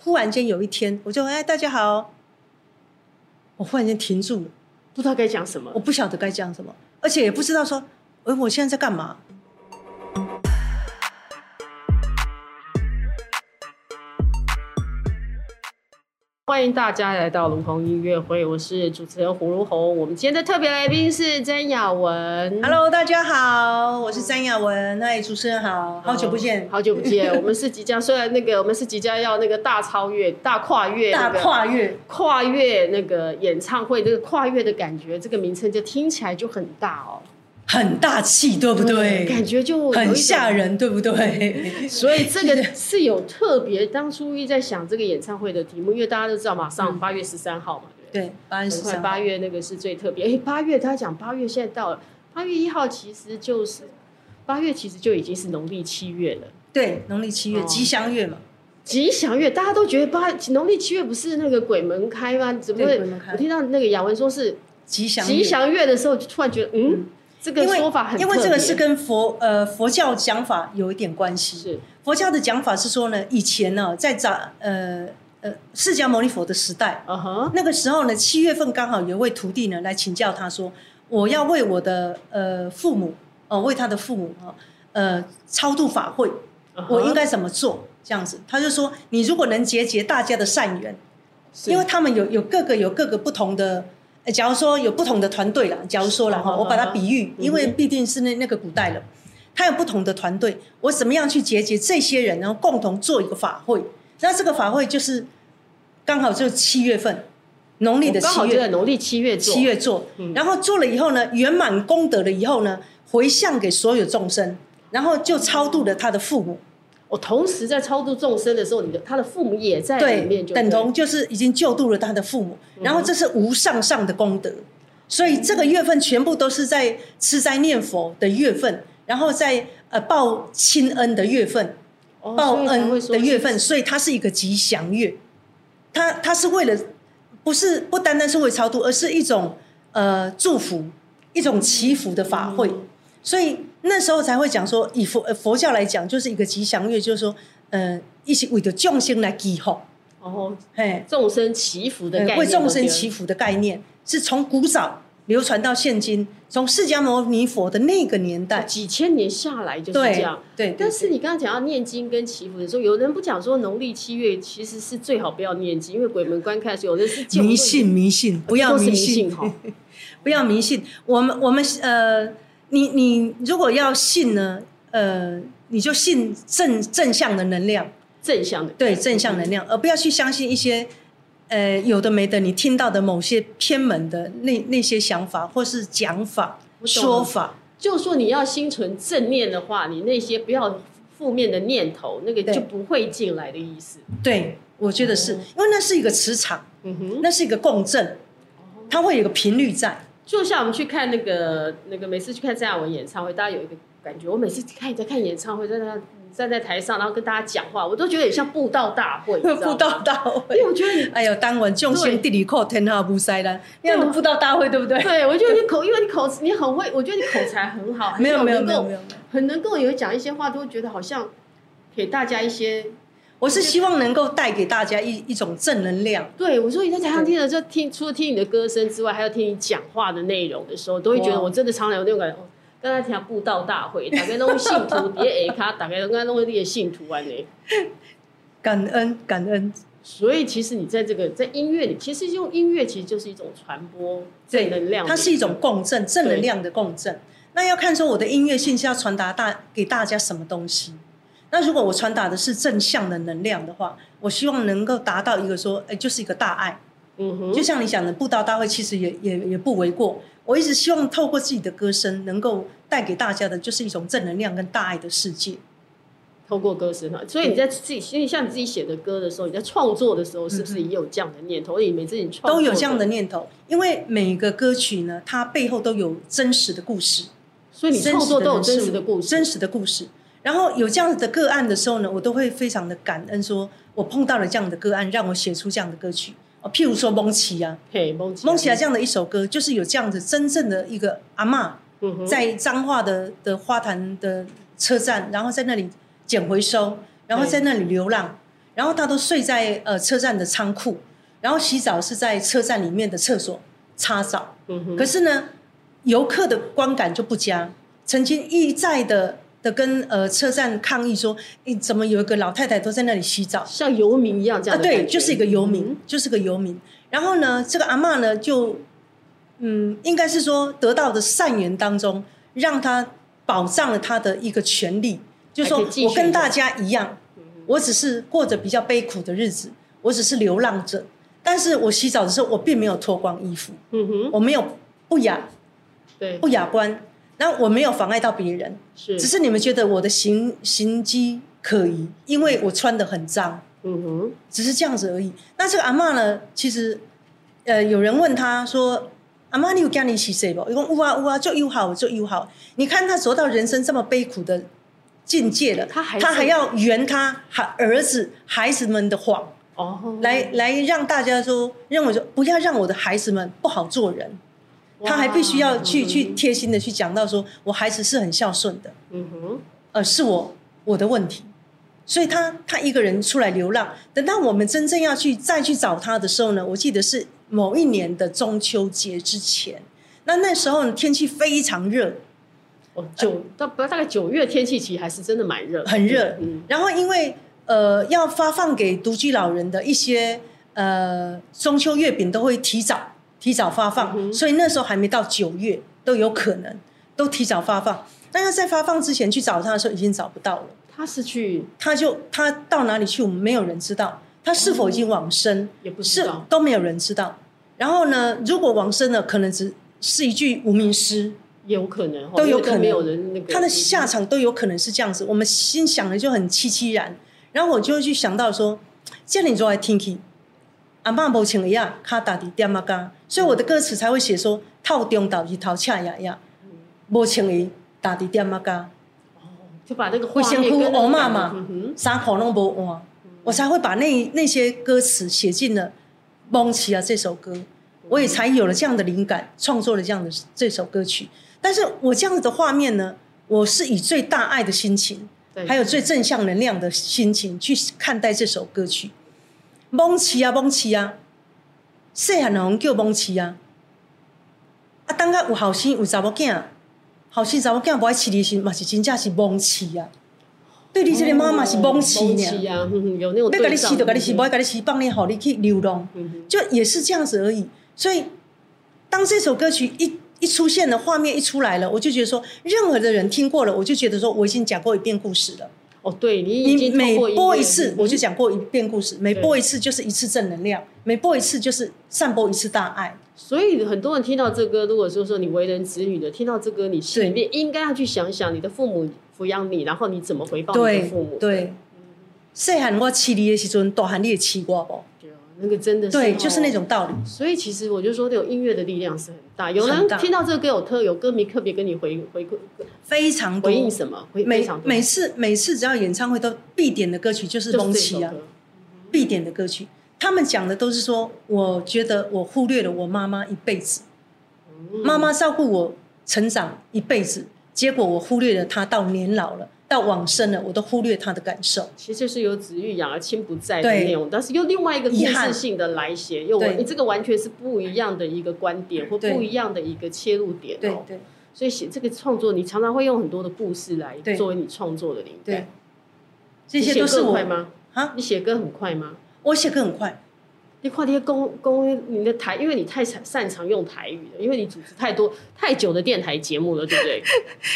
忽然间有一天，我就哎大家好，我忽然间停住了，不知道该讲什么我。不晓得该讲什么，而且也不知道说，哎我现在在干嘛？欢迎大家来到卢红音乐会，我是主持人胡如红。我们今天的特别来宾是曾雅文。 Hello，大家好，我是詹雅文，嗨，主持人好，好久不见，哦好久不见。我们是即将，虽然那个我们是即将要那个大超越、大跨越、大跨越，跨越那个演唱会，这个跨越的感觉，这个名称就听起来就很大哦，很大气，对不对？嗯感觉就有一很种吓。人，对不对？ 所以这个是有特别，当初一在想这个演唱会的题目，因为大家都知道，马上八月十三号嘛，对不 对？对，八月十很快三，八月那个是最特别。哎，八月他讲八月现在到了，八月一号其实就是八月，其实就已经是农历七月了。对，农历七月哦吉祥月嘛，吉祥月，大家都觉得八农历七月不是那个鬼门开吗？怎么对会鬼门开？我听到那个雅文说是吉祥吉月。祥月的时候，就突然觉得嗯，这个因为说法很因为这个是特别跟佛呃佛教讲法有一点关系。是佛教的讲法是说呢，以前呢、在早呃呃释迦牟尼佛的时代，啊哈那个时候呢，七月份刚好有一位徒弟呢来请教他说，我要为我的呃父母哦、呃为他的父母啊呃超度法会，啊哈，我应该怎么做？这样子，他就说，你如果能结结大家的善缘，是因为他们有有各个有各个不同的，呃假如说有不同的团队啦，假如说啦嗯哈，嗯我把它嗯比喻，因为嗯哼毕竟是那那个古代了，他有不同的团队，我怎么样去结集这些人，然后共同做一个法会？那这个法会就是刚好就七月份，农历的我刚七好就在月农历七月做嗯七月做，然后做了以后呢，圆满功德了以后呢，回向给所有众生，然后就超度了他的父母。我同时在超度众生的时候，你的他的父母也在里对，面就对，嗯等同就是已经救度了他的父母，然后这是无上上的功德，所以这个月份全部都是在吃斋念佛的月份，然后在呃报亲恩的月份，哦报所以才会恩说的是月份，所以它是一个吉祥月，它它是为了不是不单单是为超度，而是一种呃祝福，一种祈福的法会，嗯所以那时候才会讲说，以佛呃佛教来讲，就是一个吉祥月，就是说呃一起为着众生来祈福。哦哎，众生祈福的呃概念，为众生对祈福的概念是从古早流传到现今，从释迦牟尼佛的那个年代，几千年下来就是这对样。对，对但是你刚刚讲到念经跟祈福的时候，有人不讲说农历七月其实是最好不要念经，因为鬼门关开的时候，有的是见不得迷信迷信，不要都是迷迷信，信哈。不要迷信。我们我们呃，你你如果要信呢，呃，你就信正正向的能量，正向的对正向能量，而不要去相信一些。呃，有的没的，你听到的某些偏门的那那些想法，或是讲法、我懂了说法，就说你要心存正念的话，你那些不要负面的念头，那个对就不会进来的意思。对，我觉得是、因为那是一个磁场，哦嗯哼，哦那是一个共振，它会有一个频率在。就像我们去看那个那个，每次去看郑雅文演唱会，大家有一个感觉，我每次看你在看演唱会，在那站在台上，然后跟大家讲话，我都觉得很像布道大会，你知道吗 布道大 因为会，我觉得你。哎呦，当晚众对星地理扣天下不塞啦，那样对的布道大会对不 对？对，我觉得你口，因为你口你很会，我觉得你口才很好，没有很没有能没有够没有，很能够有讲一些话，都会觉得好像给大家一些。我是希望能够带给大家一一种正能量。对，我说你在台上听了，就听除了听你的歌声之外，还有听你讲话的内容的时候，都会觉得哇我真的常常有那种感觉。哦刚才听布道大会，大概弄信徒，别下卡，大概刚才弄那个信徒完呢。感恩感恩，所以其实你在这个在音乐里，其实用音乐其实就是一种传播正能量的，它是一种共振，正能量的共振。那要看说我的音乐性是要传达大给大家什么东西。那如果我传达的是正向的能量的话，我希望能够达到一个说，哎，就是一个大爱。嗯哼，就像你讲的，布道大会其实也也也不为过。我一直希望透过自己的歌声，能够带给大家的就是一种正能量跟大爱的世界。透过歌声哈，嗯所以你在自己，因为像你自己写的歌的时候，你在创作的时候，是不是也有这样的念头？你每次你创都作有这样的，念头，因为每个歌曲呢，它背后都有真实的故事，所以你创作都有真真实实的人的事物故事，真实的故事。然后有这样子的个案的时候呢，我都会非常的感恩说，我碰到了这样的个案，让我写出这样的歌曲。哦，譬如说蒙奇啊，嘿，蒙起蒙奇啊来，这样的一首歌，就是有这样子真正的一个阿嬷，嗯哼，在彰化的的花坛的车站，然后在那里捡回收，然后在那里流浪，然后他都睡在呃车站的仓库，然后洗澡是在车站里面的厕所擦澡。嗯哼，可是呢，游客的观感就不佳，曾经一再的的跟呃车站抗议说，诶，怎么有一个老太太都在那里洗澡？像游民一样这啊，样的感觉、嗯对，就是一个游民，就是个游民。然后呢，这个阿嬷呢，就嗯，应该是说得到的善缘当中，让他保障了他的一个权利，就是说还可以继续嗯我跟大家一样，我只是过着比较悲苦的日子，我只是流浪者。但是我洗澡的时候，我并没有脱光衣服，嗯哼，我没有不雅对，不雅观，然后我没有妨碍到别人，是，只是你们觉得我的行行迹可疑，因为我穿的很脏。嗯哼，只是这样子而已。那这个阿嬷呢，其实呃，有人问她说：“阿嬷，你有跟你洗谁不？”一共呜啊呜啊，就又好就又好。你看她走到人生这么悲苦的境界了，她还是她还要圆她孩儿子孩子们的谎，哦，来来让大家说认为说不要让我的孩子们不好做人。哇，她还必须要去嗯哼去，贴心的去讲到说，我孩子是很孝顺的，嗯哼，呃，是我我的问题，所以他他一个人出来流浪。等到我们真正要去再去找他的时候呢，我记得是某一年的中秋节之前。那那时候呢天气非常热，哦，九到不大概九月天气其实还是真的蛮热，很热嗯，然后因为呃要发放给独居老人的一些呃中秋月饼都会提早提早发放，嗯哼所以那时候还没到九月都有可能都提早发放。但他在发放之前去找他的时候已经找不到了。他是去他就他到哪里去，我们没有人知道。他是否已经往生，也哦不知是道，都没有人知道。然后呢，如果往生了，可能只是一具无名尸，也有可能哦，都有因为可能没有人那个他的下场都有可能是这样子。我们心想的就很凄凄然。然后我就去想到说，这样你做来听去，阿爸无穿鞋啊，卡打底点啊嘎，所以我的歌词才会写说，套中岛一头赤呀呀，无穿鞋打底点啊嘎。哦就把那个画会面先哭跟那个哦妈妈嗯哼，啥口拢不换，我才会把那那些歌词写进了《蒙奇啊》这首歌，我也才有了这样的灵感，创作了这样的这首歌曲。但是我这样子的画面呢，我是以最大爱的心情，对还有最正向能量的心情去看待这首歌曲。蒙奇啊，蒙奇啊，细汉人叫蒙奇啊，啊，等下有后生有查某囝，后生查某囝无爱饲你的时候，嘛是真正是蒙奇啊。对你这个妈妈是蒙哦奇蒙呢奇。啊，嗯哼有那要种甲你对照饲就甲你饲，嗯无甲你饲放你，互你去流浪，嗯哼就也是这样子而已。所以，当这首歌曲一一出现了，画面一出来了，我就觉得说，任何的人听过了，我就觉得说我已经讲过一遍故事了。哦，对你已你经每透过播音乐嗯一次，我就讲过一遍故事；每播一次就是一次正能量，每播一次就是散播一次大爱。所以很多人听到这歌，如果说说你为人子女的，听到这歌，你心里面应该要去想想你的父母抚养你，然后你怎么回报你的对父母。嗯对，细汉我饲你的时阵，大汉你会饲我对哦，那个真的不？是对，哦就是那。种道理。所以其实我就说，这种音乐的力量是很大。有人很大听到这个歌，有特有歌迷特别跟你回回馈非常多回应什么？回非每常多每次每次只要演唱会都必点的歌曲就是就《蒙是这奇首》啊，歌。必点的歌曲。他们讲的都是说，我觉得我忽略了我妈妈一辈子，嗯妈妈照顾我成长一辈子，结果我忽略了她到年老了，到往生了，我都忽略她的感受。其实就是有子欲养而亲不在的对内容，但是又另外一个故遗憾事性的来写，又对你这个完全是不一样的一个观点或对不一样的一个切入点对哦。对所以写这个创作，你常常会用很多的故事来对作为你创作的灵对感。，这些都是你写歌很我快吗？啊，你写歌很快吗？我写歌很快，你快点公公你的台，因为你太擅擅长用台语了，因为你主持太多太久的电台节目了，对不对？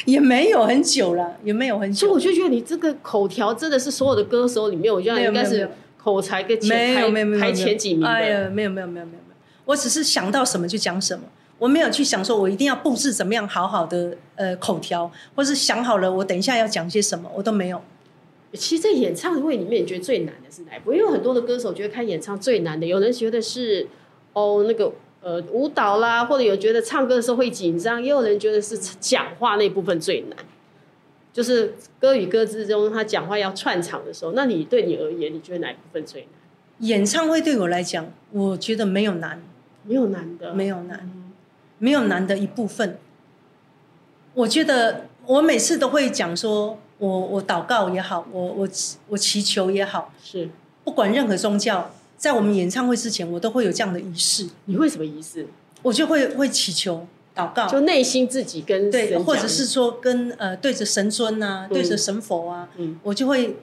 也没有很久了，也没有 很所以久我，就觉得你这个口条真的是所有的歌手里面，我觉得没有应该没有是没口才跟没前有没有没有没排有排前几名哎的。呀，没有没有没有没有没有，我只是想到什么就讲什么。我没有去想说，我一定要布置怎么样好好的呃口条，或是想好了我等一下要讲些什么，我都没有。其实，在演唱会里面，你觉得最难的是哪一部？因为有很多的歌手觉得看演唱最难的，有人觉得是哦那个呃舞蹈啦，或者有觉得唱歌的时候会紧张，也有人觉得是讲话那部分最难，就是歌与歌之中他讲话要串场的时候。那你对你而言，你觉得哪一部分最难？演唱会对我来讲，我觉得没有难，没有难的，没有难，没有难的一部分。我觉得我每次都会讲说，我我祷告也好，我我我祈求也好，是不管任何宗教，在我们演唱会之前，我都会有这样的仪式，你会什么仪式？我就会会祈求祷告，就内心自己跟神哦对，讲或者是说跟呃对着神尊啊，对着神佛啊，嗯我就会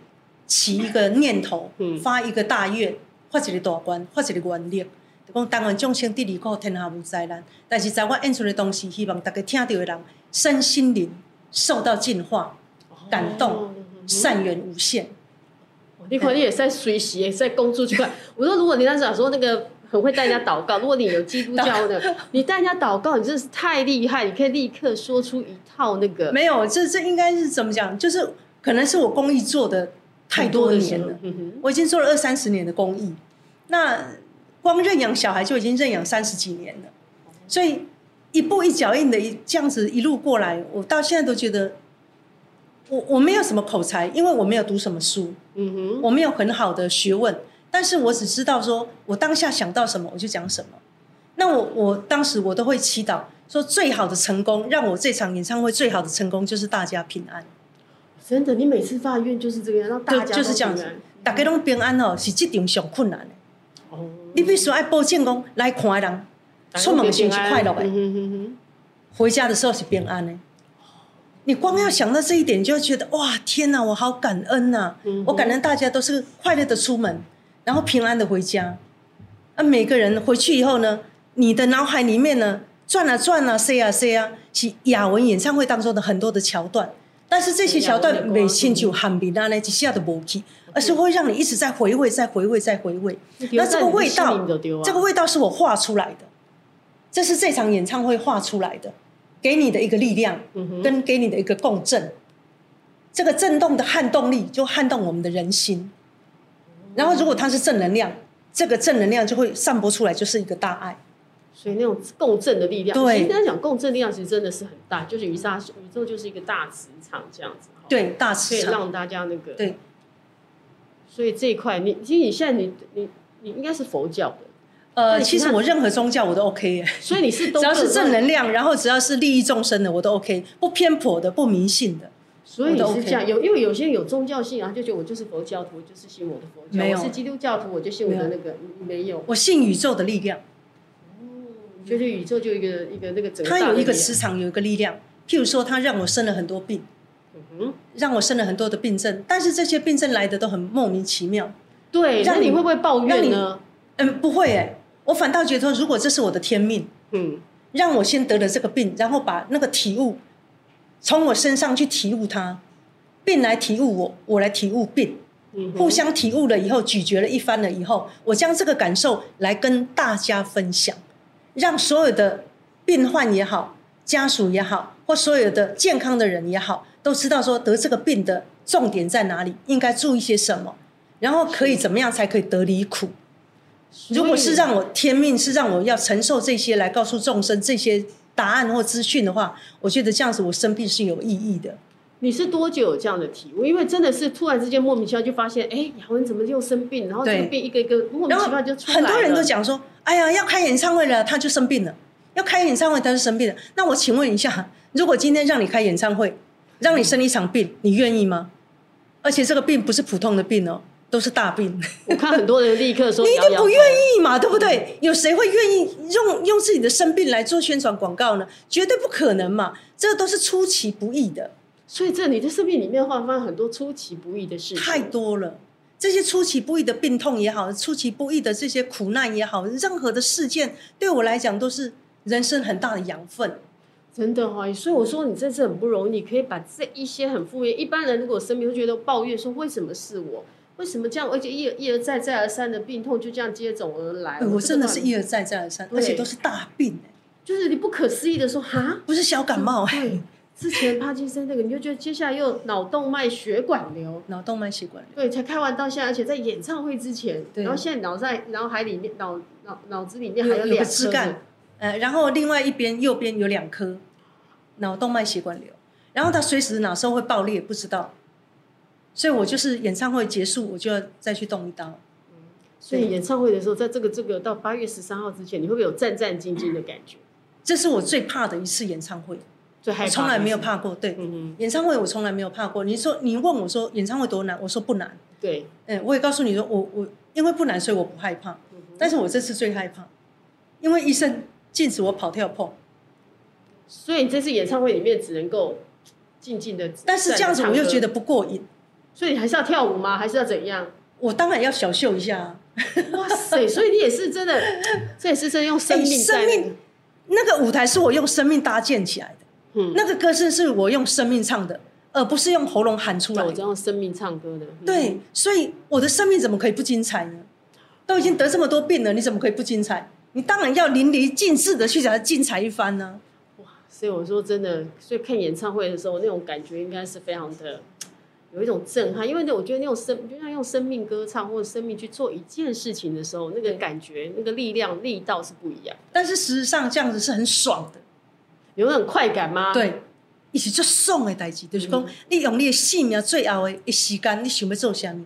起一个念头，嗯发一个大愿，发一个大愿，发一个愿力。就讲当然，众生第二苦，天下无灾难。但是在我演出的东西，希望大家听到的人身心灵受到净化，感动哦善缘无限。你可能也在随喜，也在供出去 看。我说，如果你那时候说那个很会带人家祷告，如果你有基督教 的，你带人家祷告，你真是太厉害，你可以立刻说出一套那个没有，这这应该是怎么讲？就是可能是我公益做的太多年了，嗯哼我已经做了二三十年的公益，那光认养小孩就已经认养三十几年了，所以一步一脚印的一这样子一路过来，我到现在都觉得，我我没有什么口才，因为我没有读什么书，嗯哼，我没有很好的学问，但是我只知道说我当下想到什么我就讲什么。那我我当时我都会祈祷说最好的成功，让我这场演唱会最好的成功就是大家平安。真的，你每次发愿就是这个样，让大家就就是这样子都平安大家拢平安哦，是这场上困难的。哦，你必须爱保证讲来看的人，出门的时候是快乐欸的嗯哼哼哼回家的时候是平安的。你光要想到这一点，你就会觉得哇，天哪，我好感恩呐、嗯哼我感恩大家都是快乐的出门，然后平安的回家。啊，每个人回去以后呢，你的脑海里面呢转啊转啊，say 啊 say 啊，是雅文演唱会当中的很多的桥段。但是这些桥雅文段的歌嗯每亲就喊名啊，呢一下都无去，而是会让你一直在回味、再回味、再回味。那这个味道，这个味道是我画出来的，这是这场演唱会画出来的，给你的一个力量，跟给你的一个共振。这个震动的撼动力就撼动我们的人心，然后如果它是正能量，这个正能量就会散播出来，就是一个大爱。所以那种共振的力量，对其实跟他讲共振力量其实真的是很大，就是宇宙宇宙就是一个大磁场这样子，哦，对，大可以磁场。让大家那个，对，所以这一块你其实你现在你你你应该是佛教的，呃，对其实那我任何宗教我都 OK 耶，所以你是都只要是正人，能量，然后只要是利益众生的我都 OK，不偏颇的，不迷信的。所以你我都是这样，有因为有些人有宗教信仰，他就觉得我就是佛教徒，我就是信我的佛没教，有我是基督教徒，我就信我的那个没有，我信宇宙的力量。就是宇宙就一个一个那个整个它大有的一个力量磁场，有一个力量。譬如说，它让我生了很多病，嗯哼让我生了很多的病症，但是这些病症来的都很莫名其妙。对，那让你你会不会抱让怨你呢？嗯，不会诶、我反倒觉得说，如果这是我的天命，嗯，让我先得了这个病，然后把那个体悟从我身上去体悟它，病来体悟我，我来体悟病，嗯哼互相体悟了以后，咀嚼了一番了以后，我将这个感受来跟大家分享，让所有的病患也好，家属也好，或所有的健康的人也好，都知道说得这个病的重点在哪里，应该注意些什么，然后可以怎么样才可以得离苦。如果是让我天命是让我要承受这些来告诉众生这些答案或资讯的话，我觉得这样子我生病是有意义的。你是多久有这样的体悟？因为真的是突然之间莫名其妙就发现，哎、雅文怎么又生病？然后这个对病一个一个莫名然其后妙就出 来很了。多人都讲说，哎呀，要开演唱会了，他就生病了；要开演唱会，他就生病了。那我请问一下，如果今天让你开演唱会，让你生一场病，你愿意吗？而且这个病不是普通的病哦，都是大病，你我看很多人立刻说，一定不愿意嘛，对不对？有谁会愿意用用自己的生病来做宣传广告呢？绝对不可能嘛，这都是出其不意的，所以这你的生命里面会发现很多出其不意的事情，太多了。这些出其不意的病痛也好，出其不意的这些苦难也好，任何的事件对我来讲都是人生很大的养分。真的哈、所以我嗯说你这次很不容易，你可以把这一些很负面，一般人如果生病会觉得抱怨说为什么是我，为什么这样，而且一而一而再再而三的病痛就这样接踵而来。哎我真的是一一而再再而三，对而且都是大病、哎就是你不可思议的嗯说哈，不是小感冒、哎对，之前帕金森那个，你就觉得接下来又脑动脉血管瘤，脑动脉血管瘤。对，才开完到现在，而且在演唱会之前，对然后现在脑在脑海里面脑脑脑子里面有还有两个颗枝干的，呃，然后另外一边右边有两颗脑动脉血管瘤，然后它随时哪时候会爆裂不知道，所以我就是演唱会结束我就要再去动一刀，嗯所以演唱会的时候，在这个这个到八月十三号之前，你会不会有战战兢兢的感觉？这是我最怕的一次演唱会。最害怕我的从来没有是，怕过。对，嗯嗯，演唱会我从来没有怕过。你说你问我说演唱会多难，我说不难。对，嗯，我也告诉你说，我我因为不难，所以我不害怕。嗯但是我这次最害怕，因为医生禁止我跑跳碰。所以你这次演唱会里面只能够静静的，但是这样子我又觉得，得不过瘾，所以你还是要跳舞吗？还是要 怎样？我当然要小秀一下、啊。哇塞！所以你也是真的，这也是真的用生命哎在生那个、命那个舞台是我用生命搭建起来的，嗯那个歌声是我用生命唱的，而不是用喉咙喊出来我的这。样生命唱歌的，嗯，对，所以我的生命怎么可以不精彩呢？都已经得这么多病了，你怎么可以不精彩？你当然要淋漓尽致的去给它精彩一番呢、所以我说真的，所以看演唱会的时候，那种感觉应该是非常的有一种震撼，因为那我觉得那种生就像用生命歌唱或者生命去做一件事情的时候，那个感觉、那个力量、力道是不一样，但是事实上这样子是很爽的，有那种快感吗？，对，一起做爽的代志，就是讲你用你的性命最后的一时间，你想要做什么？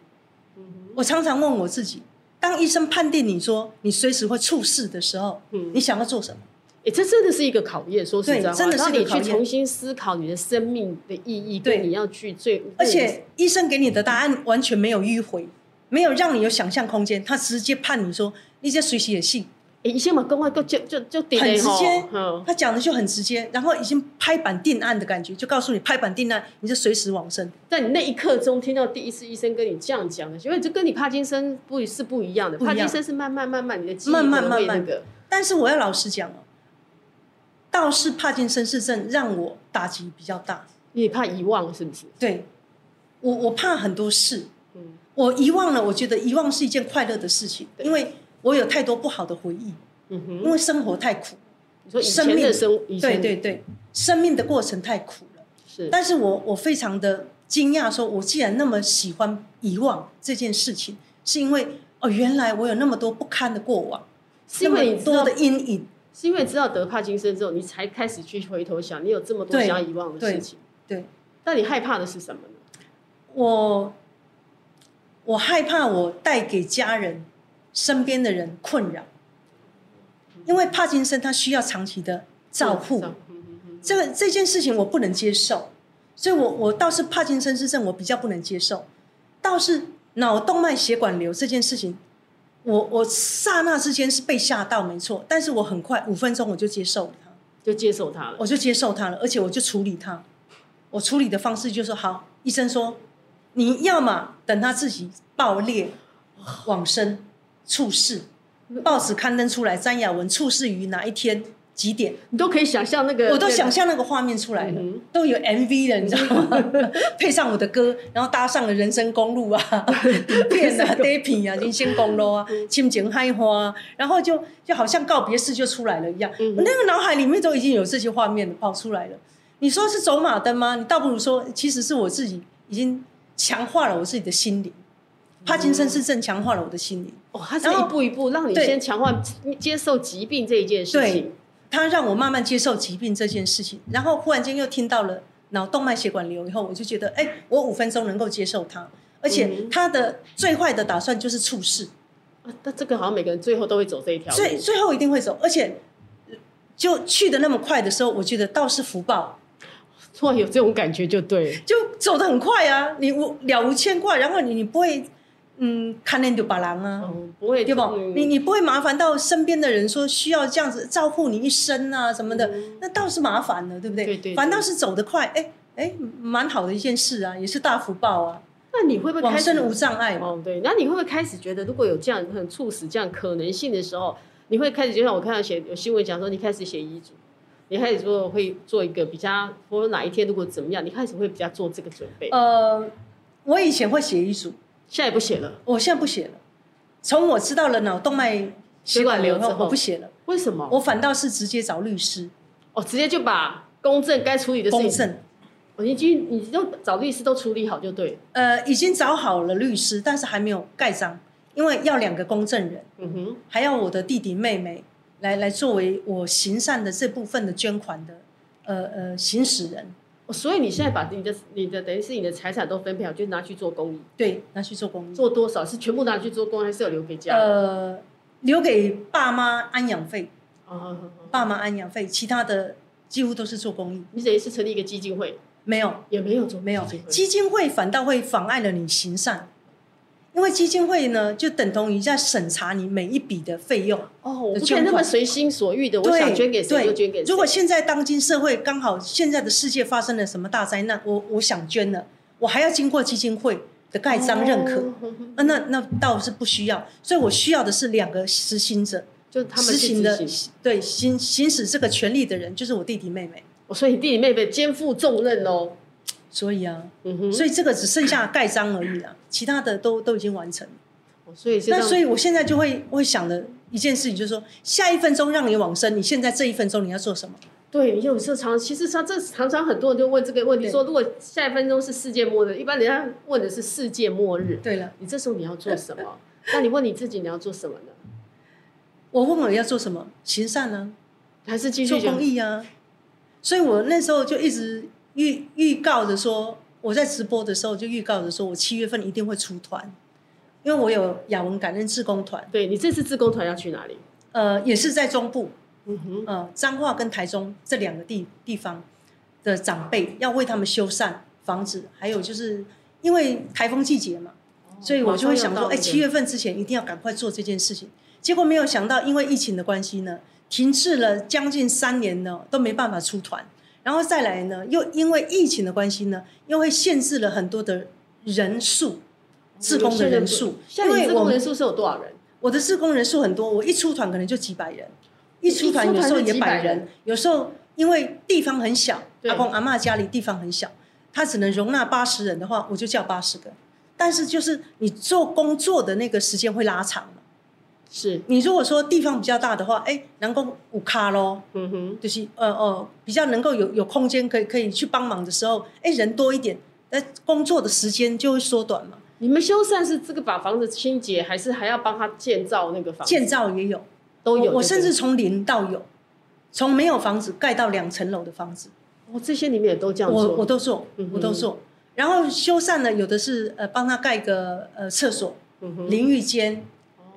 我常常问我自己，当医生判定你说你随时会猝死的时候，嗯你想要做什么？哎，这真的是一个考验，说实在话，对真的是让一个你考去验重新思考你的生命的意义，对跟你要去最，而且医生给你的答案完全没有迂回，没有让你有想象空间，他直接判你说你这随时也信。哎，一些嘛，公安就就就就顶很嘞直吼接嗯，他讲的就很直接，然后已经拍板定案的感觉，就告诉你拍板定案，你就随时往生。在你那一刻中听到第一次医生跟你这样讲的，因为这跟你帕金森不是不一样的，不一帕样金森是慢慢慢慢你的记忆慢慢可能会慢慢那个，但是我要老实讲哦，倒是帕金森氏症让我打击比较大。你怕遗忘是不是？对，我我怕很多事，嗯我遗忘了，我觉得遗忘是一件快乐的事情，因为我有太多不好的回忆，嗯哼，因为生活太苦。你说以生前的命生，以对前对对，生命的过程太苦了。是，但是我我非常的惊讶，说我既然那么喜欢遗忘这件事情，是因为哦，原来我有那么多不堪的过往，是因为那你么知多道的，阴影。是因为知道得帕金森之后，你才开始去回头想，你有这么多对想要遗忘的事情，对但你害怕的是什么呢？我，我害怕我带给家人、身边的人困扰，因为帕金森他需要长期的照顾，嗯嗯嗯这个这件事情我不能接受，所以我我倒是帕金森氏症我比较不能接受，倒是脑动脉血管瘤这件事情，我我刹那之间是被吓到没错，但是我很快五分钟我就接受了它，就接受它了。我就接受它了，而且我就处理它，我处理的方式就是好，医生说你要么等它自己爆裂往生猝逝，报纸刊登出来詹雅文猝逝于哪一天几点。你都可以想象那个，我都想象那个画面出来了，嗯都有 MV 了，你知道吗？ 配上我的歌，然后搭上了人生公路 啊、底片啊、d a p 啊、人生公路啊、嗯亲情海花啊，然后就就好像告别式就出来了一样。嗯我那个脑海里面都已经有这些画面跑出来了。你说是走马灯吗？你倒不如说，其实是我自己已经强化了我自己的心灵。嗯帕金森氏症强化了我的心灵，哦，它是然后一步一步让你对先强化接受疾病这一件事对情。他让我慢慢接受疾病这件事情，然后忽然间又听到了脑动脉血管瘤以后，我就觉得，哎、我五分钟能够接受它，而且他的最坏的打算就是猝死，啊但这个好像每个人最后都会走这一条最路。最后一定会走，而且呃就去的那么快的时候，我觉得倒是福报，突然有这种感觉就对了。就走得很快啊，你无了无牵挂，然后你你不会，嗯，看见就把狼啊，嗯，不会对不？嗯你你不会麻烦到身边的人说需要这样子照顾你一生啊什么的，那倒是麻烦了，对不对？嗯对对对反倒是走得快，哎哎，蛮好的一件事啊，也是大福报啊，那你会不会往开始生无障碍嘛。哦，对，那你会不会开始觉得，如果有这样很猝死这样可能性的时候，你会开始就像我看到写有新闻讲说，你开始写遗嘱，你开始说会做一个比较，或者哪一天如果怎么样，你开始会比较做这个准备。呃，我以前会写遗嘱，现在不写了，我现在不写了。从我知道了脑动脉血管瘤血管瘤之后哦我不写了，为什么？我反倒是直接找律师哦，直接就把公证该处理的事公情，证。我已经你都找律师都处理好就对了。呃，已经找好了律师，但是还没有盖章，因为要两个公证人。嗯哼，还要我的弟弟妹妹来来作为我行善的这部分的捐款的呃呃行使人，哦所以你现在把你的你的等于是你的财产都分配好，就拿去做公益，对，拿去做公益，做多少是全部拿去做公益，还是有留给家人？呃，留给爸妈安养费，哦好好好爸妈安养费，其他的几乎都是做公益，你等于是成立一个基金会，没有也没有做没有基金会基金会反倒会妨碍了你行善，因为基金会呢就等同于在审查你每一笔的费用。哦，我的不捐可以那么款随心所欲的，我对想捐给谁对就捐给谁。如果现在当今社会刚好现在的世界发生了什么大灾难，我我想捐了，我还要经过基金会的盖章认可，哦啊、那那倒是不需要。所以我需要的是两个实行者，就是他们实去行的执行对行行使这个权利的人就是我弟弟妹妹。哦所以弟弟妹妹肩负重任哦。所以啊，嗯哼，所以这个只剩下盖章而已啦，啊其他的都都已经完成了。哦所以就那让所以我现在就会会想的一件事情，就是说，下一分钟让你往生，你现在这一分钟你要做什么？对，因为有时候常其实常这常常很多人就问这个问题，对说如果下一分钟是世界末日，一般人家问的是世界末日，对了，你这时候你要做什么？那你问你自己你要做什么呢？我问我要做什么，行善呢、还是继做续公讲？益啊。所以我那时候就一直预预告着说，我在直播的时候就预告着说我七月份一定会出团，因为我有雅文感恩志工团，对你这次自工团要去哪里？呃，也是在中部，嗯哼，呃，彰化跟台中这两个地地方的长辈，要为他们修缮房子，还有就是因为台风季节嘛，哦所以我就会想说，哎，七月月份之前一定要赶快做这件事情。结果没有想到，因为疫情的关系呢，停滞了将近三年呢，都没办法出团。然后再来呢，又因为疫情的关系呢，又会限制了很多的人哦数，志工的人数。现因在你为自我工人们数是有多少人？我的志工人数很多，我一出团可能就几百人，一出团一出团有时候就也几百百人人，有时候因为地方很小，对阿公阿妈家里地方很小，他只能容纳八十人的话，我就叫八十个。但是就是你做工作的那个时间会拉长嘛。是，你如果说地方比较大的话，哎，能够五卡咯，嗯哼，就是呃呃比较能够有有空间可以可以去帮忙的时候，哎，人多一点，那工作的时间就会缩短嘛。你们修缮是这个把房子清洁，还是还要帮他建造那个房子？建造也有，都有我我对不甚对至从零到有，从没有房子盖到两层楼的房子，哦，这些你们也都这样我做我都做嗯哼，我都做。然后修缮呢，有的是呃帮他盖个呃厕所、嗯哼哦淋浴间，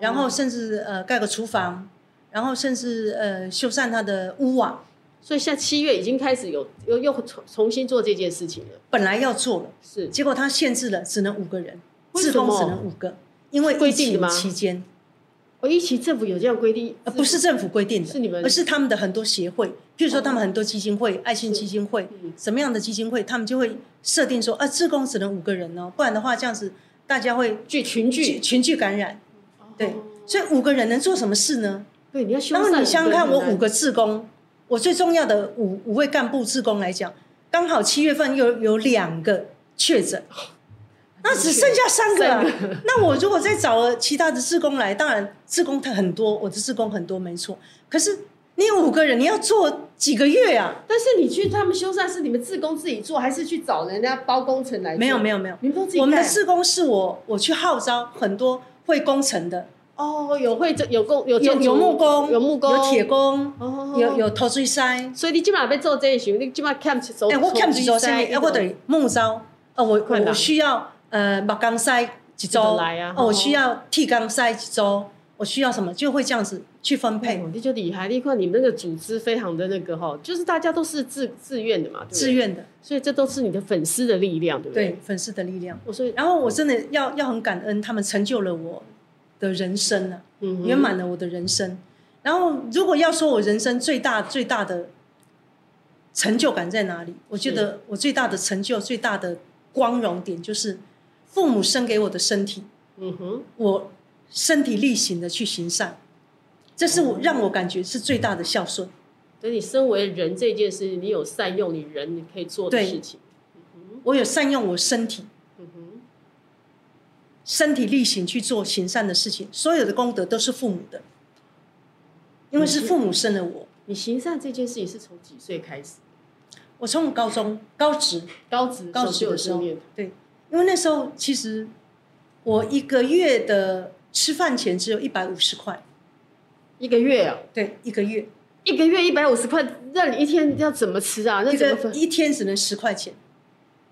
然后甚至呃盖个厨房，然后甚至呃修缮他的屋瓦，所以现在七月已经开始有又又重重新做这件事情了，本来要做了，是结果他限制了，只能五个人，为志什么工只能五个，因为规疫定的情吗期间，哦，一期政府有这样规定，呃不是政府规定的，是你们哦而是他们的很多协会，譬如说他们很多基金会、爱心基金会嗯，什么样的基金会，他们就会设定说，啊，志工只能五个人哦，不然的话这样子大家会聚群聚聚，哦群聚感染。对，所以五个人能做什么事呢？对，你要修然后缮你想想看，很我难五个志工，我最重要的五五位干部志工来讲，刚好七月份又有两个确 诊，那只剩下三个、三啊。 那我如果再找了其他的志工来，当然志工他很多，我的志工很多没错，可是你有五个人，你要做几个月啊？但是你去他们修缮是你们自工自己做，还是去找人家包工程来做？没有没有没有，你们都自己我们的干志工是我我去号召很多会工程的，哦，有会这有工有有建筑有木工，有木工有铁工，哦，有。有头锥塞。所以你今晚被做这一行，你今晚看手哎、我欠一组啥物？哎，我等得木招，呃，我我快吧我需要呃木钢塞一你就周，来啊哦，我哦需要剃钢塞一周，我需要什么就会这样子去分配哦，你就厉害，你看你们那个组织非常的那个哈，就是大家都是自自愿的嘛，对不对志愿的所以这都是你的粉丝的力量，对不对？对粉丝的力量。我说，然后我真的要要很感恩他们成就了我的人生啊，嗯圆满了我的人生。然后如果要说我人生最大最大的成就感在哪里，我觉得我最大的成就最大的光荣点就是父母生给我的身体。嗯哼，我身体力行的去行善，这是哦我让我感觉是最大的孝顺。所以你身为人这件事，你有善用你人你可以做的对事情，我有善用我身体，身体力行去做行善的事情，所有的功德都是父母的，因为是父母生了我。你行善这件事情是从几岁开始？我从我高中高职，高职高职的时候就有这个念头对，因为那时候其实我一个月的吃饭钱只有一百五十块，一个月啊，对，一个月，一个月一百五十块，那你一天要怎么吃啊？那一怎么个分？一天只能十块钱。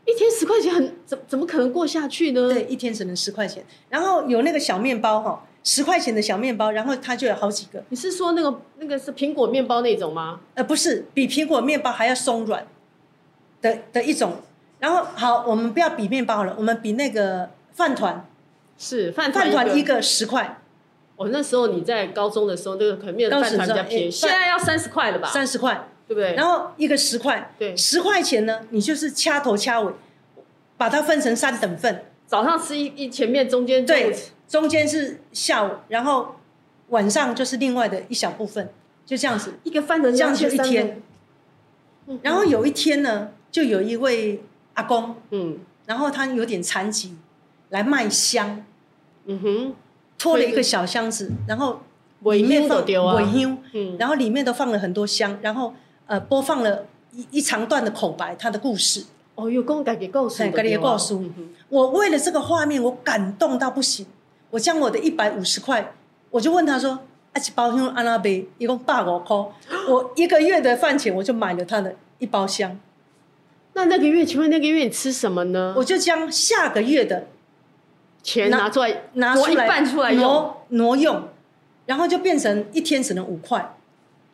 一天十块钱很怎怎么可能过下去呢？对，一天只能十块钱。然后有那个小面包哈、十块钱的小面包，然后它就有好几个，你是说那个那个是苹果面包那种吗？呃，不是比苹果面包还要松软的的一种。然后好，我们不要比面包好了，我们比那个饭团，是饭饭团一一个。个十块，我、那时候你在高中的时候，那个可能面高的时饭团比候较便哎宜，现在要三十块了吧？三十块，对不对？然后一个十块，对十块钱呢，你就是掐头掐尾，把它分成三等份，早上吃一一前面，中间中午对吃，中间是下午，然后晚上就是另外的一小部分，就这样子。一啊个饭团这样就切一三份天。嗯然后有一天呢，就有一位阿公，嗯然后他有点残疾，来卖香，嗯哼，拖了一个小箱子，然后尾里面面放都丢啊，尾香，嗯，然后里面都放了很多香，然后呃播放了一一长段的口白，他的故事。哦，有讲家己故事嘿就对自了，己的故事嗯哼我为了这个画面，我感动到不行。我将我的一百五十块，我就问他说：“啊，一包香安拉贝，一共八五 块。我一个月的饭钱，我就买了他的一包香。那那个月，请问那个月你吃什么呢？我就将下个月的钱拿出来，拿出挪一来半出来用，哦挪挪用，然后就变成一天只能五块。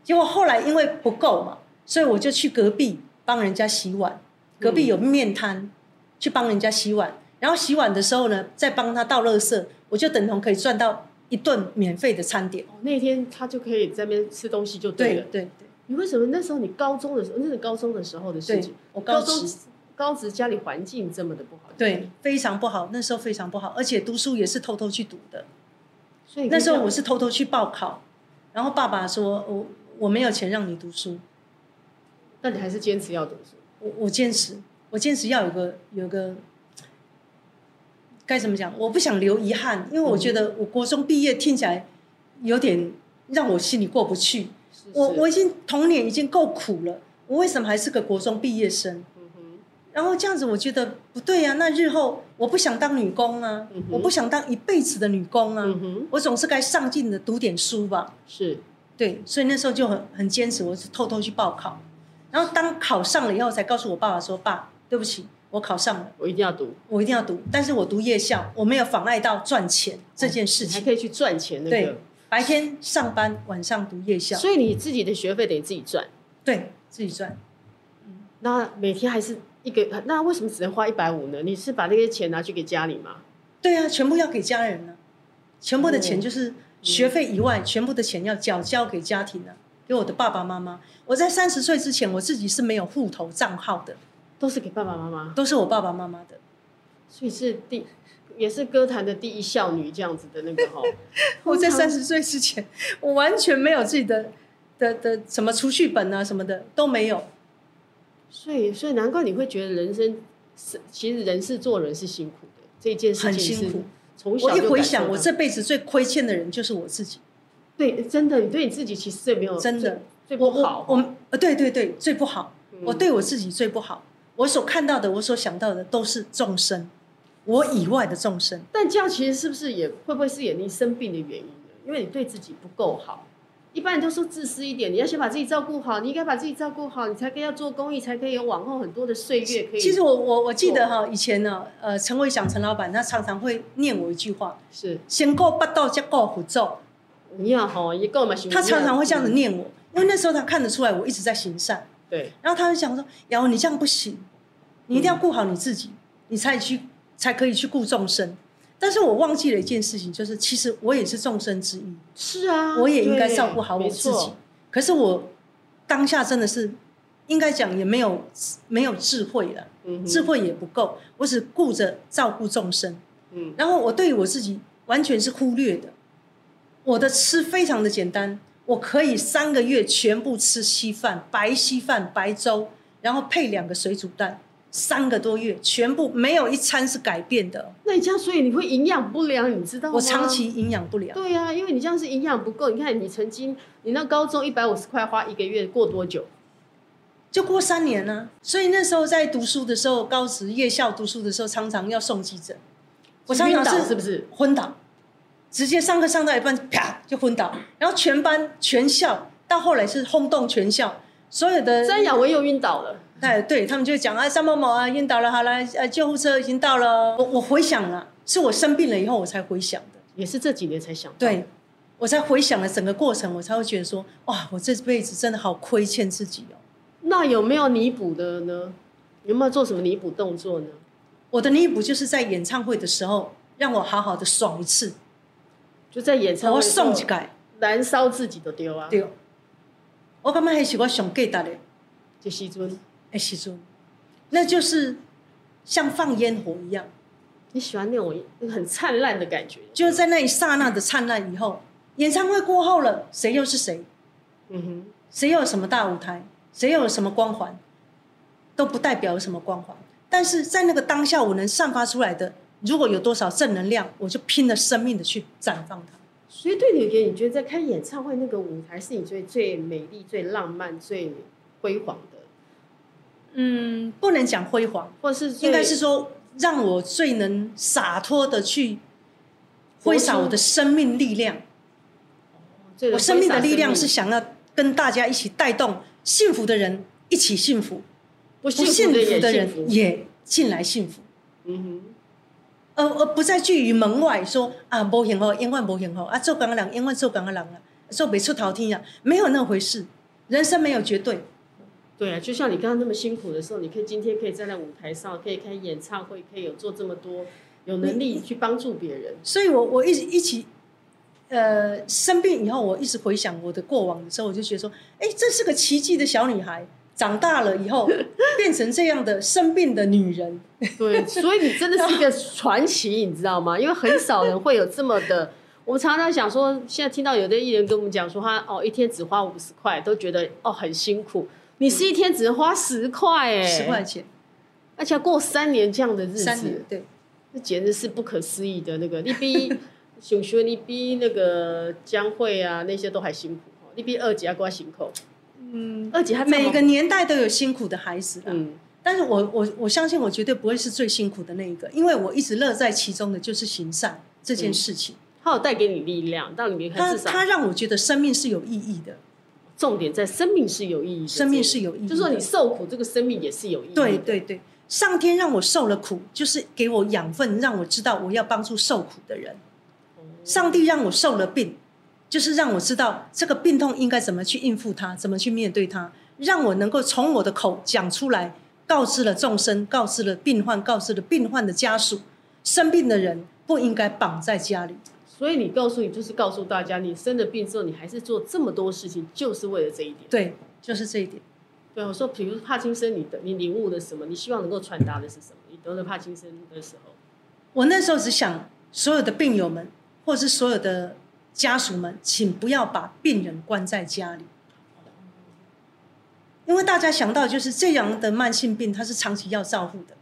结果后来因为不够嘛，所以我就去隔壁帮人家洗碗，隔壁有面摊，去帮人家洗碗。然后洗碗的时候呢，再帮他倒垃圾，我就等同可以赚到一顿免费的餐点。哦那天他就可以在那边吃东西就对对了。对你为什么那时候你高中的时候，那是高中的时候的事对情？，我高中职高职家里环境这么的不好，对，非常不好，那时候非常不好，而且读书也是偷偷去读的。所以那时候我是偷偷去报考，然后爸爸说我我没有钱让你读书，那你还是坚持要读书，我我坚持，我坚持要有个有个该怎么讲？我不想留遗憾，因为嗯我觉得我国中毕业听起来有点让我心里过不去。是我是我已经童年已经够苦了，我为什么还是个国中毕业生？嗯哼然后这样子我觉得不对呀、那日后我不想当女工啊，嗯哼我不想当一辈子的女工啊，嗯哼我总是该上进的读点书吧。是对，所以那时候就很很坚持，我是偷偷去报考，然后当考上了以后，才告诉我爸爸说：“爸，对不起，我考上了，我一定要读我一定要读，但是我读夜校，我没有妨碍到赚钱这件事你还情。可以去赚钱那对个，，白天上班，晚上读夜校，所以你自己的学费得自己赚，对自己赚。那每天还是一个，那为什么只能花一百五呢？你是把那些钱拿去给家里吗？对啊，全部要给家人呢、全部的钱哦就是学费以嗯外，全部的钱要缴交给家庭呢、给我的爸爸妈妈。我在三十岁之前，我自己是没有户头账号的，都是给爸爸妈妈，都是我爸爸妈妈的。所以是第也是歌坛的第一孝女这样子的那个哈， 我在通常三十岁之前， 我完全没有自己的的的什么储蓄本啊什么的都没有。所以所以难怪你会觉得人生是其实人是做人是辛苦的这件事情很辛是苦从小我一就回感受想，到我这辈子最亏欠的人就是我自己，对真的你对你自己其实最没有真的。最最我不好我哈，我呃，对对对，最不好，嗯我对我自己最不好。我所看到的，我所想到的都是众生，我以外的众生。但这样其实是不是也会不会是也你生病的原因呢？因为你对自己不够好。一般人都说自私一点，你要先把自己照顾好，你应该把自己照顾好，你才可以要做公益，才可以有往后很多的岁月可以。其实我我我记得哈、以前呢、呃，陈伟祥陈老板他常常会念我一句话是：“先过八道，再过虎咒。你要哈，也够嘛，”他常常会这样子子。念我，因为那时候他看得出来我一直在行善。对，然后他就想说：“瑶，你这样不行，你一定要顾好你自己，你才去才可以去顾众生。”但是我忘记了一件事情，就是其实我也是众生之一，是啊，我也应该对照顾好我自。没己错。可是我当下真的是，应该讲也没有没有智慧了，嗯哼智慧也不够，我只顾着照顾众生，嗯，然后我对我自己完全是忽略的。我的吃非常的简单，我可以三个月全部吃稀饭，白稀饭、白粥，然后配两个水煮蛋，三个多月全部没有一餐是改变的。那你这样，所以你会营养不良，你知道吗？我长期营养不良，对呀、因为你这样是营养不够。你看，你曾经你那高中一百五十块花一个月，过多久？就过三年呢、所以那时候在读书的时候，高职夜校读书的时候，常常要送急诊，我常常晕倒是是不是？昏倒，直接上课上到一半啪就昏倒，然后全班全校到后来是轰动全校，所有的詹雅文又晕倒了。哎，对他们就讲啊，张某某啊晕倒了，好了，呃，救护车已经到了。我我回想了，是我生病了以后我才回想的。也是这几年才想到。对，我才回想了整个过程，我才会觉得说，哇，我这辈子真的好亏欠自己哦。那有没有弥补的呢？有没有做什么弥补动作呢？我的弥补就是在演唱会的时候，让我好好的爽一次，就在演唱会我的时候送一改燃烧自己的丢啊，对。我感觉那是我上给达的就西尊。的时阵，哎那就是像放烟火一样，你喜欢那种很灿烂的感觉，就是在那一刹那的灿烂以后，演唱会过后了，谁又是谁？嗯哼，谁有什么大舞台，谁有什么光环，都不代表有什么光环。但是在那个当下，我能散发出来的，如果有多少正能量，我就拼了生命的去绽放它。所以对你而言，你觉得在看演唱会那个舞台是你最最美丽、最浪漫、最辉煌的，嗯，不能讲辉煌，或是最应该是说让我最能洒脱的去挥洒我的生命力量。最我生命的力量是挥洒想要跟大家一起带动幸福的人一起幸福，不不幸幸福的的也幸人福，也进来幸福。嗯哼，而而不再拒于门外说啊，无幸福，永远无幸福啊，做工的人永远做工的人啊，做不出头天啊，没有那回事，人生没有绝对，对啊，就像你刚刚那么辛苦的时候，你可以今天可以站在舞台上，可以开演唱会，可以有做这么多，有能力去帮助别人，所以我我一直一起，呃，生病以后，我一直回想我的过往的时候，我就觉得说，哎，这是个奇迹的小女孩，长大了以 后变成这样的生病的女人，对，所以你真的是一个传奇，你知道吗？因为很少人会有这么的。我们常常想说，现在听到有的艺人跟我们讲说他，哦一天只花五十块，都觉得哦很辛苦。你是一天只花十块哎，十块，钱，而且要过三年这样哎的日三年子，，对，那简直是不可思议的那个。你 比熊学，你比那个江蕙啊那些都还辛苦哦，你比二姐还瓜辛苦。嗯，二姐她这么每个年代都有辛苦的孩子啦，嗯，但是我我我相信我绝对不会是最辛苦的那一个，因为我一直乐在其中的就是行善这嗯件事情。她有带给你力量，让你它至少它让我觉得生命是有意义的，重点在生命是有意义的，生命是有意义的就说你受苦，这个生命也是有意义的。对对对，上天让我受了苦，就是给我养分，让我知道我要帮助受苦的人。上帝让我受了病，就是让我知道这个病痛应该怎么去应付它，怎么去面对它，让我能够从我的口讲出来，告知了众生，告知了病患，告知了病患的家属，生病的人不应该绑在家里。所以你告诉你，就是告诉大家，你生了病之后，你还是做这么多事情，就是为了这一点。对，就是这一点。对，我说，比如帕金森，你的你领悟了什么？你希望能够传达的是什么？你得了帕金森的时候，我那时候只想，所有的病友们，或者是所有的家属们，请不要把病人关在家里，因为大家想到就是这样的慢性病，它是长期要照护的，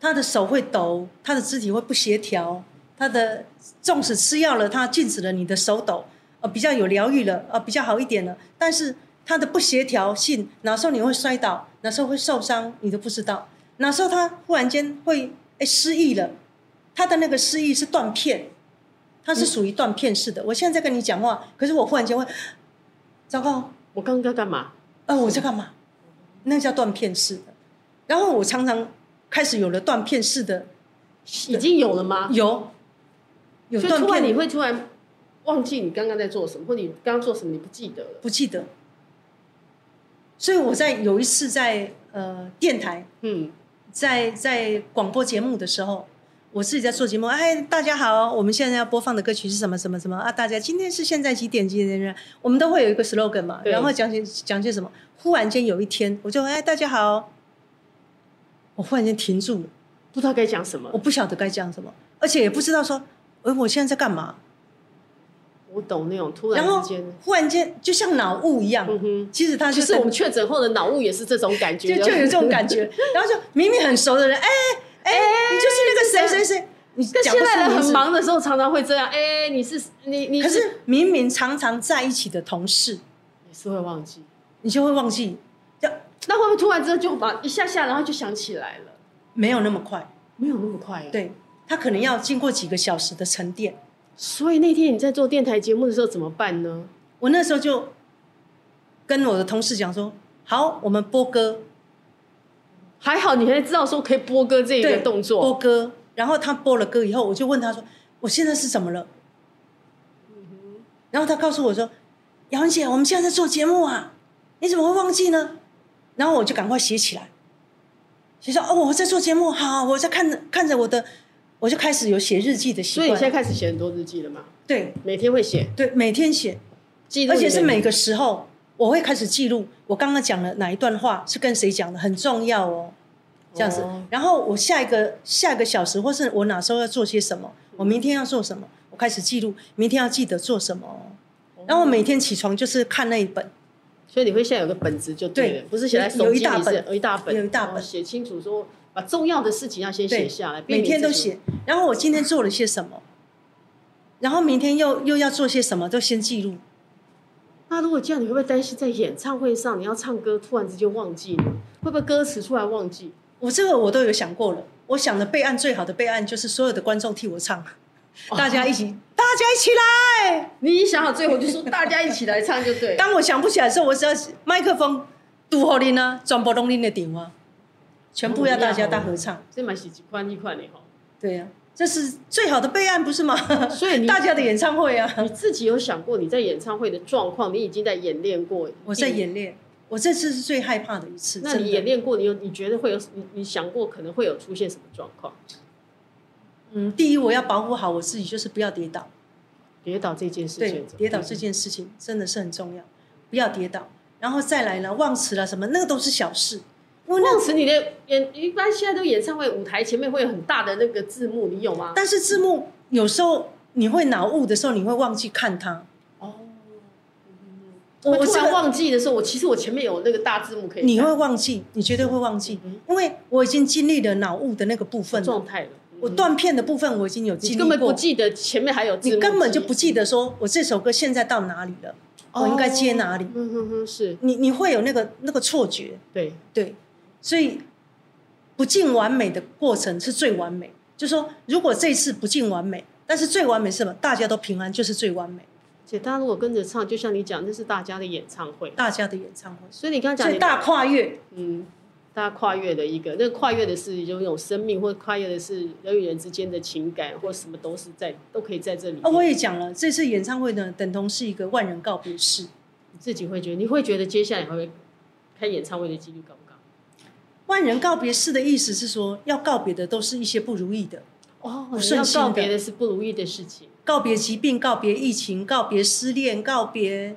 他的手会抖，他的肢体会不协调，他的纵使吃药了，他禁止了你的手抖，呃，比较有疗愈了，呃，比较好一点了，但是他的不协调性，哪时候你会摔倒，哪时候会受伤，你都不知道，哪时候他忽然间会哎失忆了。他的那个失忆是断片，他嗯是属于断片式的。我现在在跟你讲话，可是我忽然间会，啊糟糕，我刚刚在干嘛？呃，我在干嘛？那叫断片式的。然后我常常开始有了断片式的，已经有了吗？有有所以断突然你片，会突然忘记你刚刚在做什么，或你刚刚做什么你不记得了。不记得。所以我在有一次在呃电台嗯，在在广播节目的时候，我自己在做节目，哎，大家好，我们现在要播放的歌曲是什么什么什么啊？大家今天是现在几点几点几点？我们都会有一个 slogan 嘛，对然后讲些讲些什么。忽然间有一天，我就哎，大家好，我忽然间停住了，不知道该讲什么我。不晓得该讲什么，而且也不知道说，哎，我现在在干嘛？我懂那种突然然后之间，忽然间就像脑雾一样，嗯哼，其实它其就实是我们确诊后的脑雾也是这种感觉，就就有这种感 觉，然后就明明很熟的人，哎哎，你就是那个谁谁谁，你跟讲现不出在人名很字忙的时候，常常会这样。哎、你是你你可是明明常常在一起的同事，也是会忘记，你就会忘记，要那会不会突然之间就把一下下，然后就想起来了？没有那么快，没有那么快耶。，对他可能要经过几个小时的沉淀。所以那天你在做电台节目的时候怎么办呢？我那时候就跟我的同事讲说：“好，我们播歌，还好你还知道说可以播歌这一个对，动作，播歌。”然后他播了歌以后，我就问他说：“我现在是怎么了？然后他告诉我说：“雅文姐，我们现在在做节目啊，你怎么会忘记呢？”然后我就赶快写起来，写说：“哦，我在做节目，好，我在看着看着我的，我就开始有写日记的习所以惯。”你现在开始写很多日记了嘛？对每天会写，对，每天写，记录而且是你的每个时候，我会开始记录我刚刚讲的哪一段话是跟谁讲的，很重要哦。这样子，哦然后我下一个下一个小时，或是我哪时候要做些什么，嗯我明天要做什么，我开始记录，明天要记得做什么哦。然后我每天起床就是看那一本，所以你会现在有个本子就对了，对不是写在手机有里一大是本有一大本，有一大本然后写清楚说把重要的事情要先写对下来，避每免天都自己写。然后我今天做了些什么，然后明天又又要做些什么，都先记录。那如果这样，你会不会担心在演唱会上你要唱歌，突然之间忘记呢？会不会歌词突然忘记？我这个我都有想过了，我想的备案最好的备案就是所有的观众替我唱，哦大家一起，大家一起来。你一想好最后就说大家一起来唱就对。当我想不起来的时候，我只要麦克风拄好拎啊，全部拢拎的顶啊，全部要大家大合唱。这蛮喜几款一款的哈。对呀、这是最好的备案，不是吗？所以你嗯大家的演唱会啊，你自己有想过你在演唱会的状况？你已经在演练过，我在你。演练，我这次是最害怕的一次。那真你的演练过，你有你觉得会有你你想过可能会有出现什么状况？嗯，第一我要保护好我自己，就是不要跌倒。跌倒这件事对情，，跌倒这件事情真的是很重要，不要跌倒。然后再来了，忘词了什么，那个都是小事。因为那忘词你的演，一般现在都演唱会舞台前面会有很大的那个字幕，你有吗？但是字幕有时候你会脑雾的时候，你会忘记看它。哦，我我哦我突这然个忘记的时候，我其实我前面有那个大字幕可以看，你会忘记，你绝对会忘记嗯，因为我已经经历了脑雾的那个部分了，状态了，嗯我断片的部分我已经有经你历根本不过。记得前面还有字幕，你根本就不记得说我这首歌现在到哪里了，我应该接哪里哦？嗯哼哼，是你你会有那个那个错觉，对，对，所以不尽完美的过程是最完美。就说如果这次不尽完美，但是最完美是什么？大家都平安就是最完美，姐，大家如果跟着唱，就像你讲，那是大家的演唱会，大家的演唱会，所以你刚刚最讲的，大跨越。嗯。大家跨越的一个，那跨越的是有一种生命，或跨越的是人与人之间的情感，或什么都是在都可以在这里面。啊，我也讲了，这次演唱会呢，等同是一个万人告别式。你自己会觉得，你会觉得接下来会不会开演唱会的几率高不高？万人告别式的意思是说，要告别的都是一些不如意的，哦不要顺心的告别的是不如意的事情，告别疾病，告别疫情，告别失恋，告别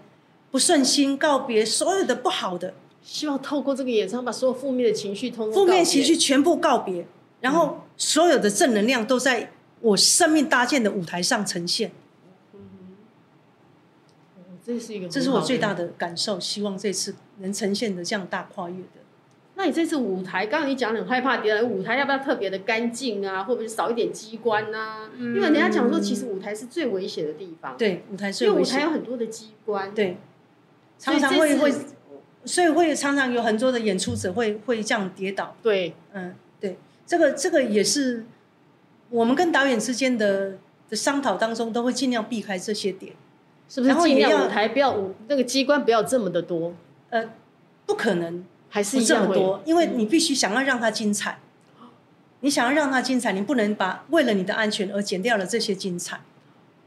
不顺心，告别所有的不好的希望透过这个演唱把所有负面的情绪通通负面告别情绪全部告别，然后所有的正能量都在我生命搭建的舞台上呈现，哦这是一个这是我最大的。的感受。希望这次能呈现的这样大跨越的。那你这次舞台，刚刚你讲得很害怕跌倒，舞台要不要特别的干净啊？会不会少一点机关呐、因为人家讲说，其实舞台是最危险的地方，嗯对，舞台最因为危舞台有险。很多的机关，，对，常常会会，所以会常常有很多的演出者会会这样跌倒。对，嗯，对，这个这个也是我们跟导演之间的的商讨当中，都会尽量避开这些点。是不是然后尽也量要舞台不要舞那个机关不要这么的多，呃，不可能还是是一这样么会多，因嗯为你必须想要让它精彩。你想要让它精彩，你不能把为了你的安全而减掉了这些精彩。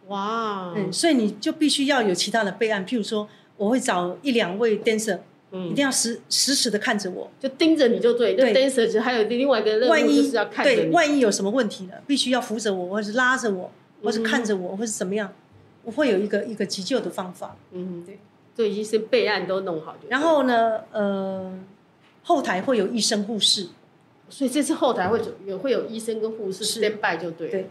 哇，嗯，所以你就必须要有其他的备案，譬如说，我会找一两位 dancer，一嗯，定要实实时的看着我，就盯着你就对，就对 dancer 其实还有另外一个任万务就一是要看着对，你，万一有什么问题了，必须要扶着我，或是拉着我，或是看着我，或是怎么样，我会有一个一个急救的方法。嗯，对，就已经是备案都弄好就对然后呢，呃，后台会有医生护士，所以这次后台会有也会有医生跟护士是 stand by 就对了，对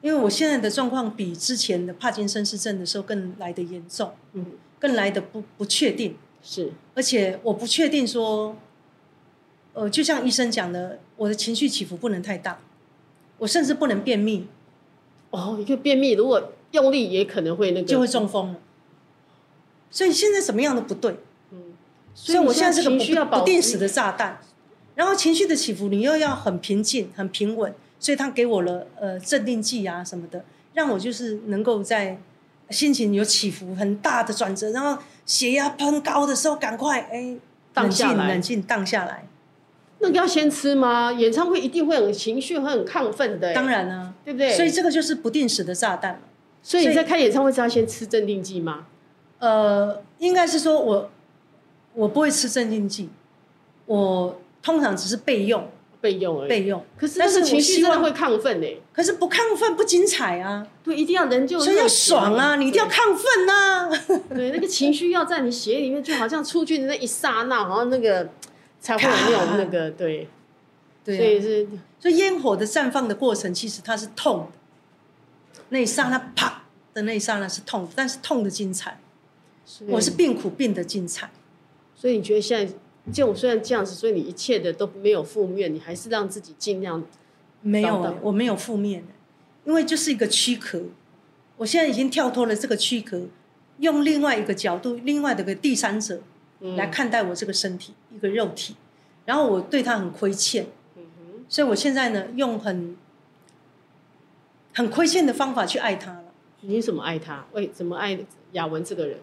因为我现在的状况比之前的帕金森氏症的时候更来的严重，嗯，更来的不不确定，是，而且我不确定说，呃，就像医生讲的，我的情绪起伏不能太大，我甚至不能便秘，哦，一个便秘如果用力也可能会那个，就会中风了。所以现在怎么样都不对，嗯，所所以我现在是个情不绪要不保不持定时的炸弹，然后情绪的起伏你又要很平静、很平稳，所以他给我了呃镇定剂啊什么的，让我就是能够在心情有起伏很大的转折，然后血压喷高的时候赶快哎荡冷下静来冷静荡下来，那个要先吃吗？演唱会一定会很情绪会很亢奋的，欸当，然啊，对不对？所以这个就是不定时的炸弹嘛。所以所你以在开演唱会之前先吃镇定剂吗？呃，应该是说我我不会吃镇静剂，我通常只是备用备用而已。备用，可是但那是个我情绪希真的望会亢奋呢、欸可是不亢奋不精彩啊，对，一定要人就所以要爽啊，你一定要亢奋啊呐、对对那个情绪要在你血液里面，就好像出去的那一刹那，好像那个才会有 那种那个对，所啊对啊，以是所以烟火的绽放的过程，其实它是痛的，那一刹那啪的那一刹那是痛的，但是痛的精彩，所以我是变苦变得精彩。所以你觉得现在这种虽然这样子，所以你一切的都没有负面，你还是让自己尽量没有、找到欸，我没有负面的，因为就是一个躯壳。我现在已经跳脱了这个躯壳，用另外一个角度、另外的一个第三者嗯来看待我这个身体、一个肉体，然后我对他很亏欠，嗯哼所以我现在呢，用很很亏欠的方法去爱他了。你怎么爱他？为怎么爱雅文这个人？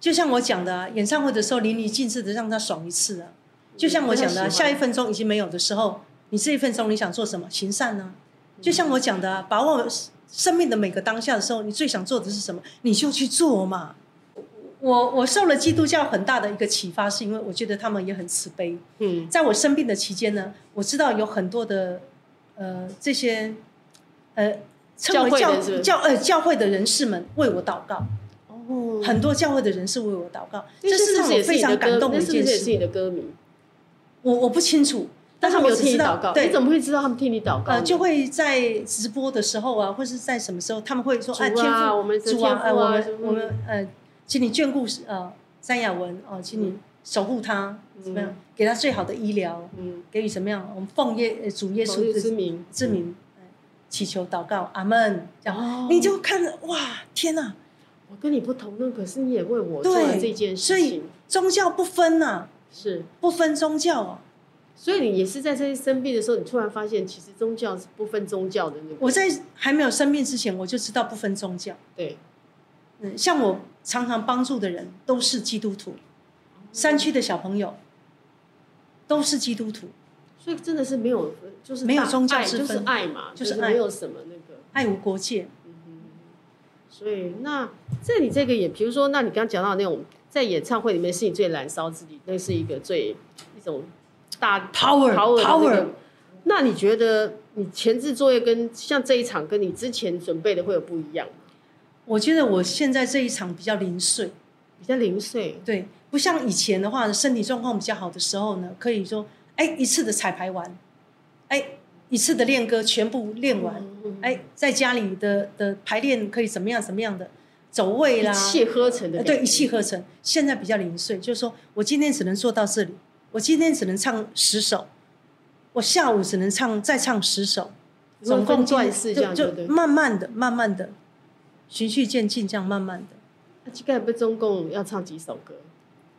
就像我讲的、啊，演唱会的时候淋漓尽致的让他爽一次啊。就像我讲的、啊，嗯下一分钟已经没有的时候，你这一分钟你想做什么？行善呢、就像我讲的、啊，把握生命的每个当下的时候，你最想做的是什么，你就去做嘛。我我受了基督教很大的一个启发，是因为我觉得他们也很慈悲。嗯在我生病的期间呢，我知道有很多的呃这些呃称为教会教的是不是教呃教会的人士们为我祷告。哦很多教会的人士为我祷告，那这是是不让是也我是非你的常歌感？动那的一是不件是也是事。你的歌迷？我我不清楚，但是他我们有只听你知祷告，道，你对怎，么会知道他们听你祷告呢？呃，就会在直播的时候啊，或是在什么时候，他们会说，哎，主天啊，父，我们的天主父啊，呃，我什们么我们呃，请你眷顾呃詹雅文哦，请你守护他，嗯怎么样，给他最好的医疗，嗯，给予怎么样？我们奉耶呃主耶耶稣稣之之名，之名呃祈求祷告，阿门。这样嗯哦你就看着哇，天哪！我跟你不同论，可是你也为我做对了这件事所以情，宗教不分呐，是。不分宗教啊。所以你也是在这些生病的时候，你突然发现，其实宗教是不分宗教的那个。我在还没有生病之前，我就知道不分宗教。对，嗯，像我常常帮助的人都是基督徒，山区的小朋友都是基督徒，所以真的是没有，就是没有大宗教爱之就是分爱嘛，就是是没爱有什么那个。爱无国界。所以那在你这个演，比如说，那你刚刚讲到那种在演唱会里面是你最燃烧自己，那是一个最一种大 Power， power 的那个 power 那你觉得你前置作业跟像这一场跟你之前准备的会有不一样吗？我觉得我现在这一场比较零碎，比较零碎，对，不像以前的话，身体状况比较好的时候呢，可以说，哎，一次的彩排完，哎，一次的练歌全部练完，嗯，哎，在家里的的排练可以怎么样怎么样的，走位一啦，气呵成的呃感对，觉，一气呵成。现在比较零碎，就是说我今天只能做到这里，我今天只能唱十首，我下午只能唱再唱十首，你会总共分今段天式这样，就对不对就？慢慢的、慢慢的，循序渐进，这样慢慢的，那膝盖被中共要唱几首歌？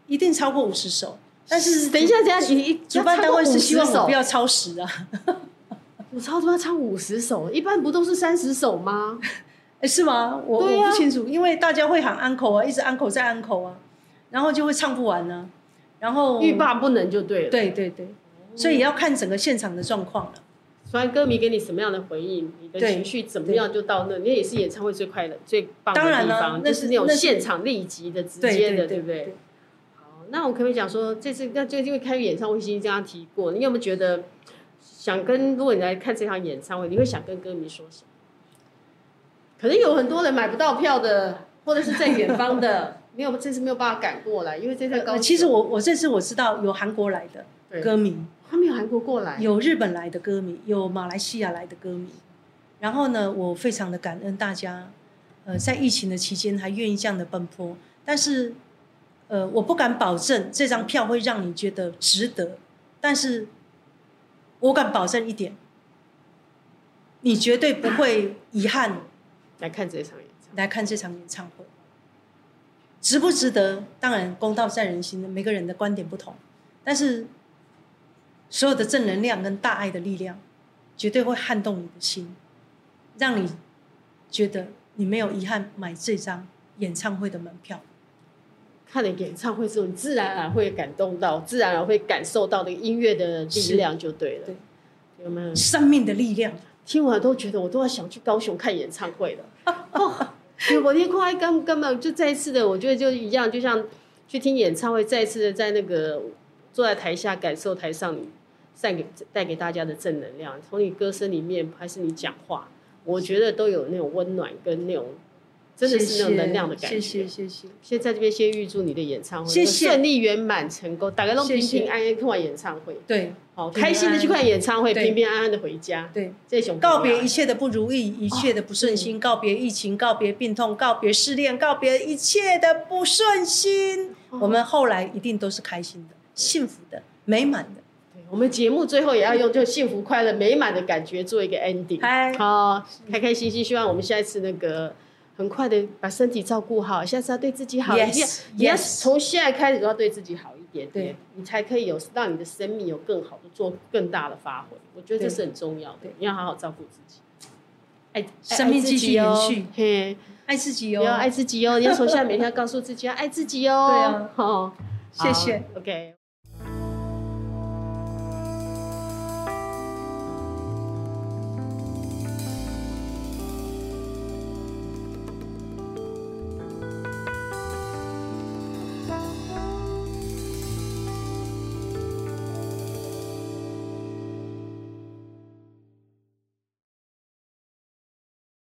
一定超过五十首。但是等一下，等一下，你你主办单位是希望我不要要超时啊， 唱过50首，我超他妈唱五十首，一般不都是三十首吗？诶是吗？我、对啊我不清楚，因为大家会喊 uncle 啊，一直 uncle 再 uncle 啊，然后就会唱不完呢、然后欲罢不能就对了。哦对对对，所以也要看整个现场的状况啊了。所以歌迷给你什么样的回应，你的对情绪怎么样就到那，那也是演唱会最快乐、最棒的当然地啦方，那就是是那种那是现场立即的、直对接对的，对对不对？好，那我可不可以讲说，这次那就因为开演唱会，已经这样提过，你有没有觉得想跟？如果你来看这场演唱会，你会想跟歌迷说什么？可能有很多人买不到票的，或者是在远 方的，没有这次没有办法赶过来，因为这次高呃雄其实我我这次我知道有韩国来的对歌迷，他没有韩国过来，有日本来的歌迷，有马来西亚来的歌迷。然后呢，我非常的感恩大家，呃，在疫情的期间还愿意这样的奔波。但是，呃，我不敢保证这张票会让你觉得值得，但是我敢保证一点，你绝对不会遗憾来看这场演唱会。来看这场演唱会，值不值得？当然，公道在人心，每个人的观点不同，但是所有的正能量跟大爱的力量，绝对会撼动你的心，让你觉得你没有遗憾买这张演唱会的门票。看了演唱会之后，你自然而然会感动到，自然而然会感受到那个音乐的力量，就对了。对有没有？生命的力量， 听完都觉得我都要想去高雄看演唱会了。哦因为我那快根根本就再一次的，我觉得就一样，就像去听演唱会，再一次的在那个坐在台下感受台上你散给带给大家的正能量，从你歌声里面还是你讲话，我觉得都有那种温暖跟那种真的是那种能量的感觉。谢谢谢谢，先在这边先预祝你的演唱会谢谢顺利圆满成功，大家都谢平谢平安安看完演唱会，对好平安开心的去看演唱会，对平平安安的回家。对，这种啊告别一切的不如意，一切的不顺心，告别疫情，告别病痛，告别失恋，告别一切的不顺心。我们后来一定都是开心的、幸福的、美满的。对我们节目最后也要用就幸福、快乐、美满的感觉做一个 ending。嗨好、开开心心，希望我们下一次那个很快的把身体照顾好，下次要对自己好一 Yes，点。你要 yes 从现在开始都要对自己好一点点对，你才可以有让你的生命有更好的做更大的发挥。我觉得这是很重要的对，你要好好照顾自己。爱爱生命继续延续爱自己哦爱自己嘿，你要哦爱。自己哦！你要从现在每天要告诉自己要爱自己哦。 对啊好，谢谢好，OK。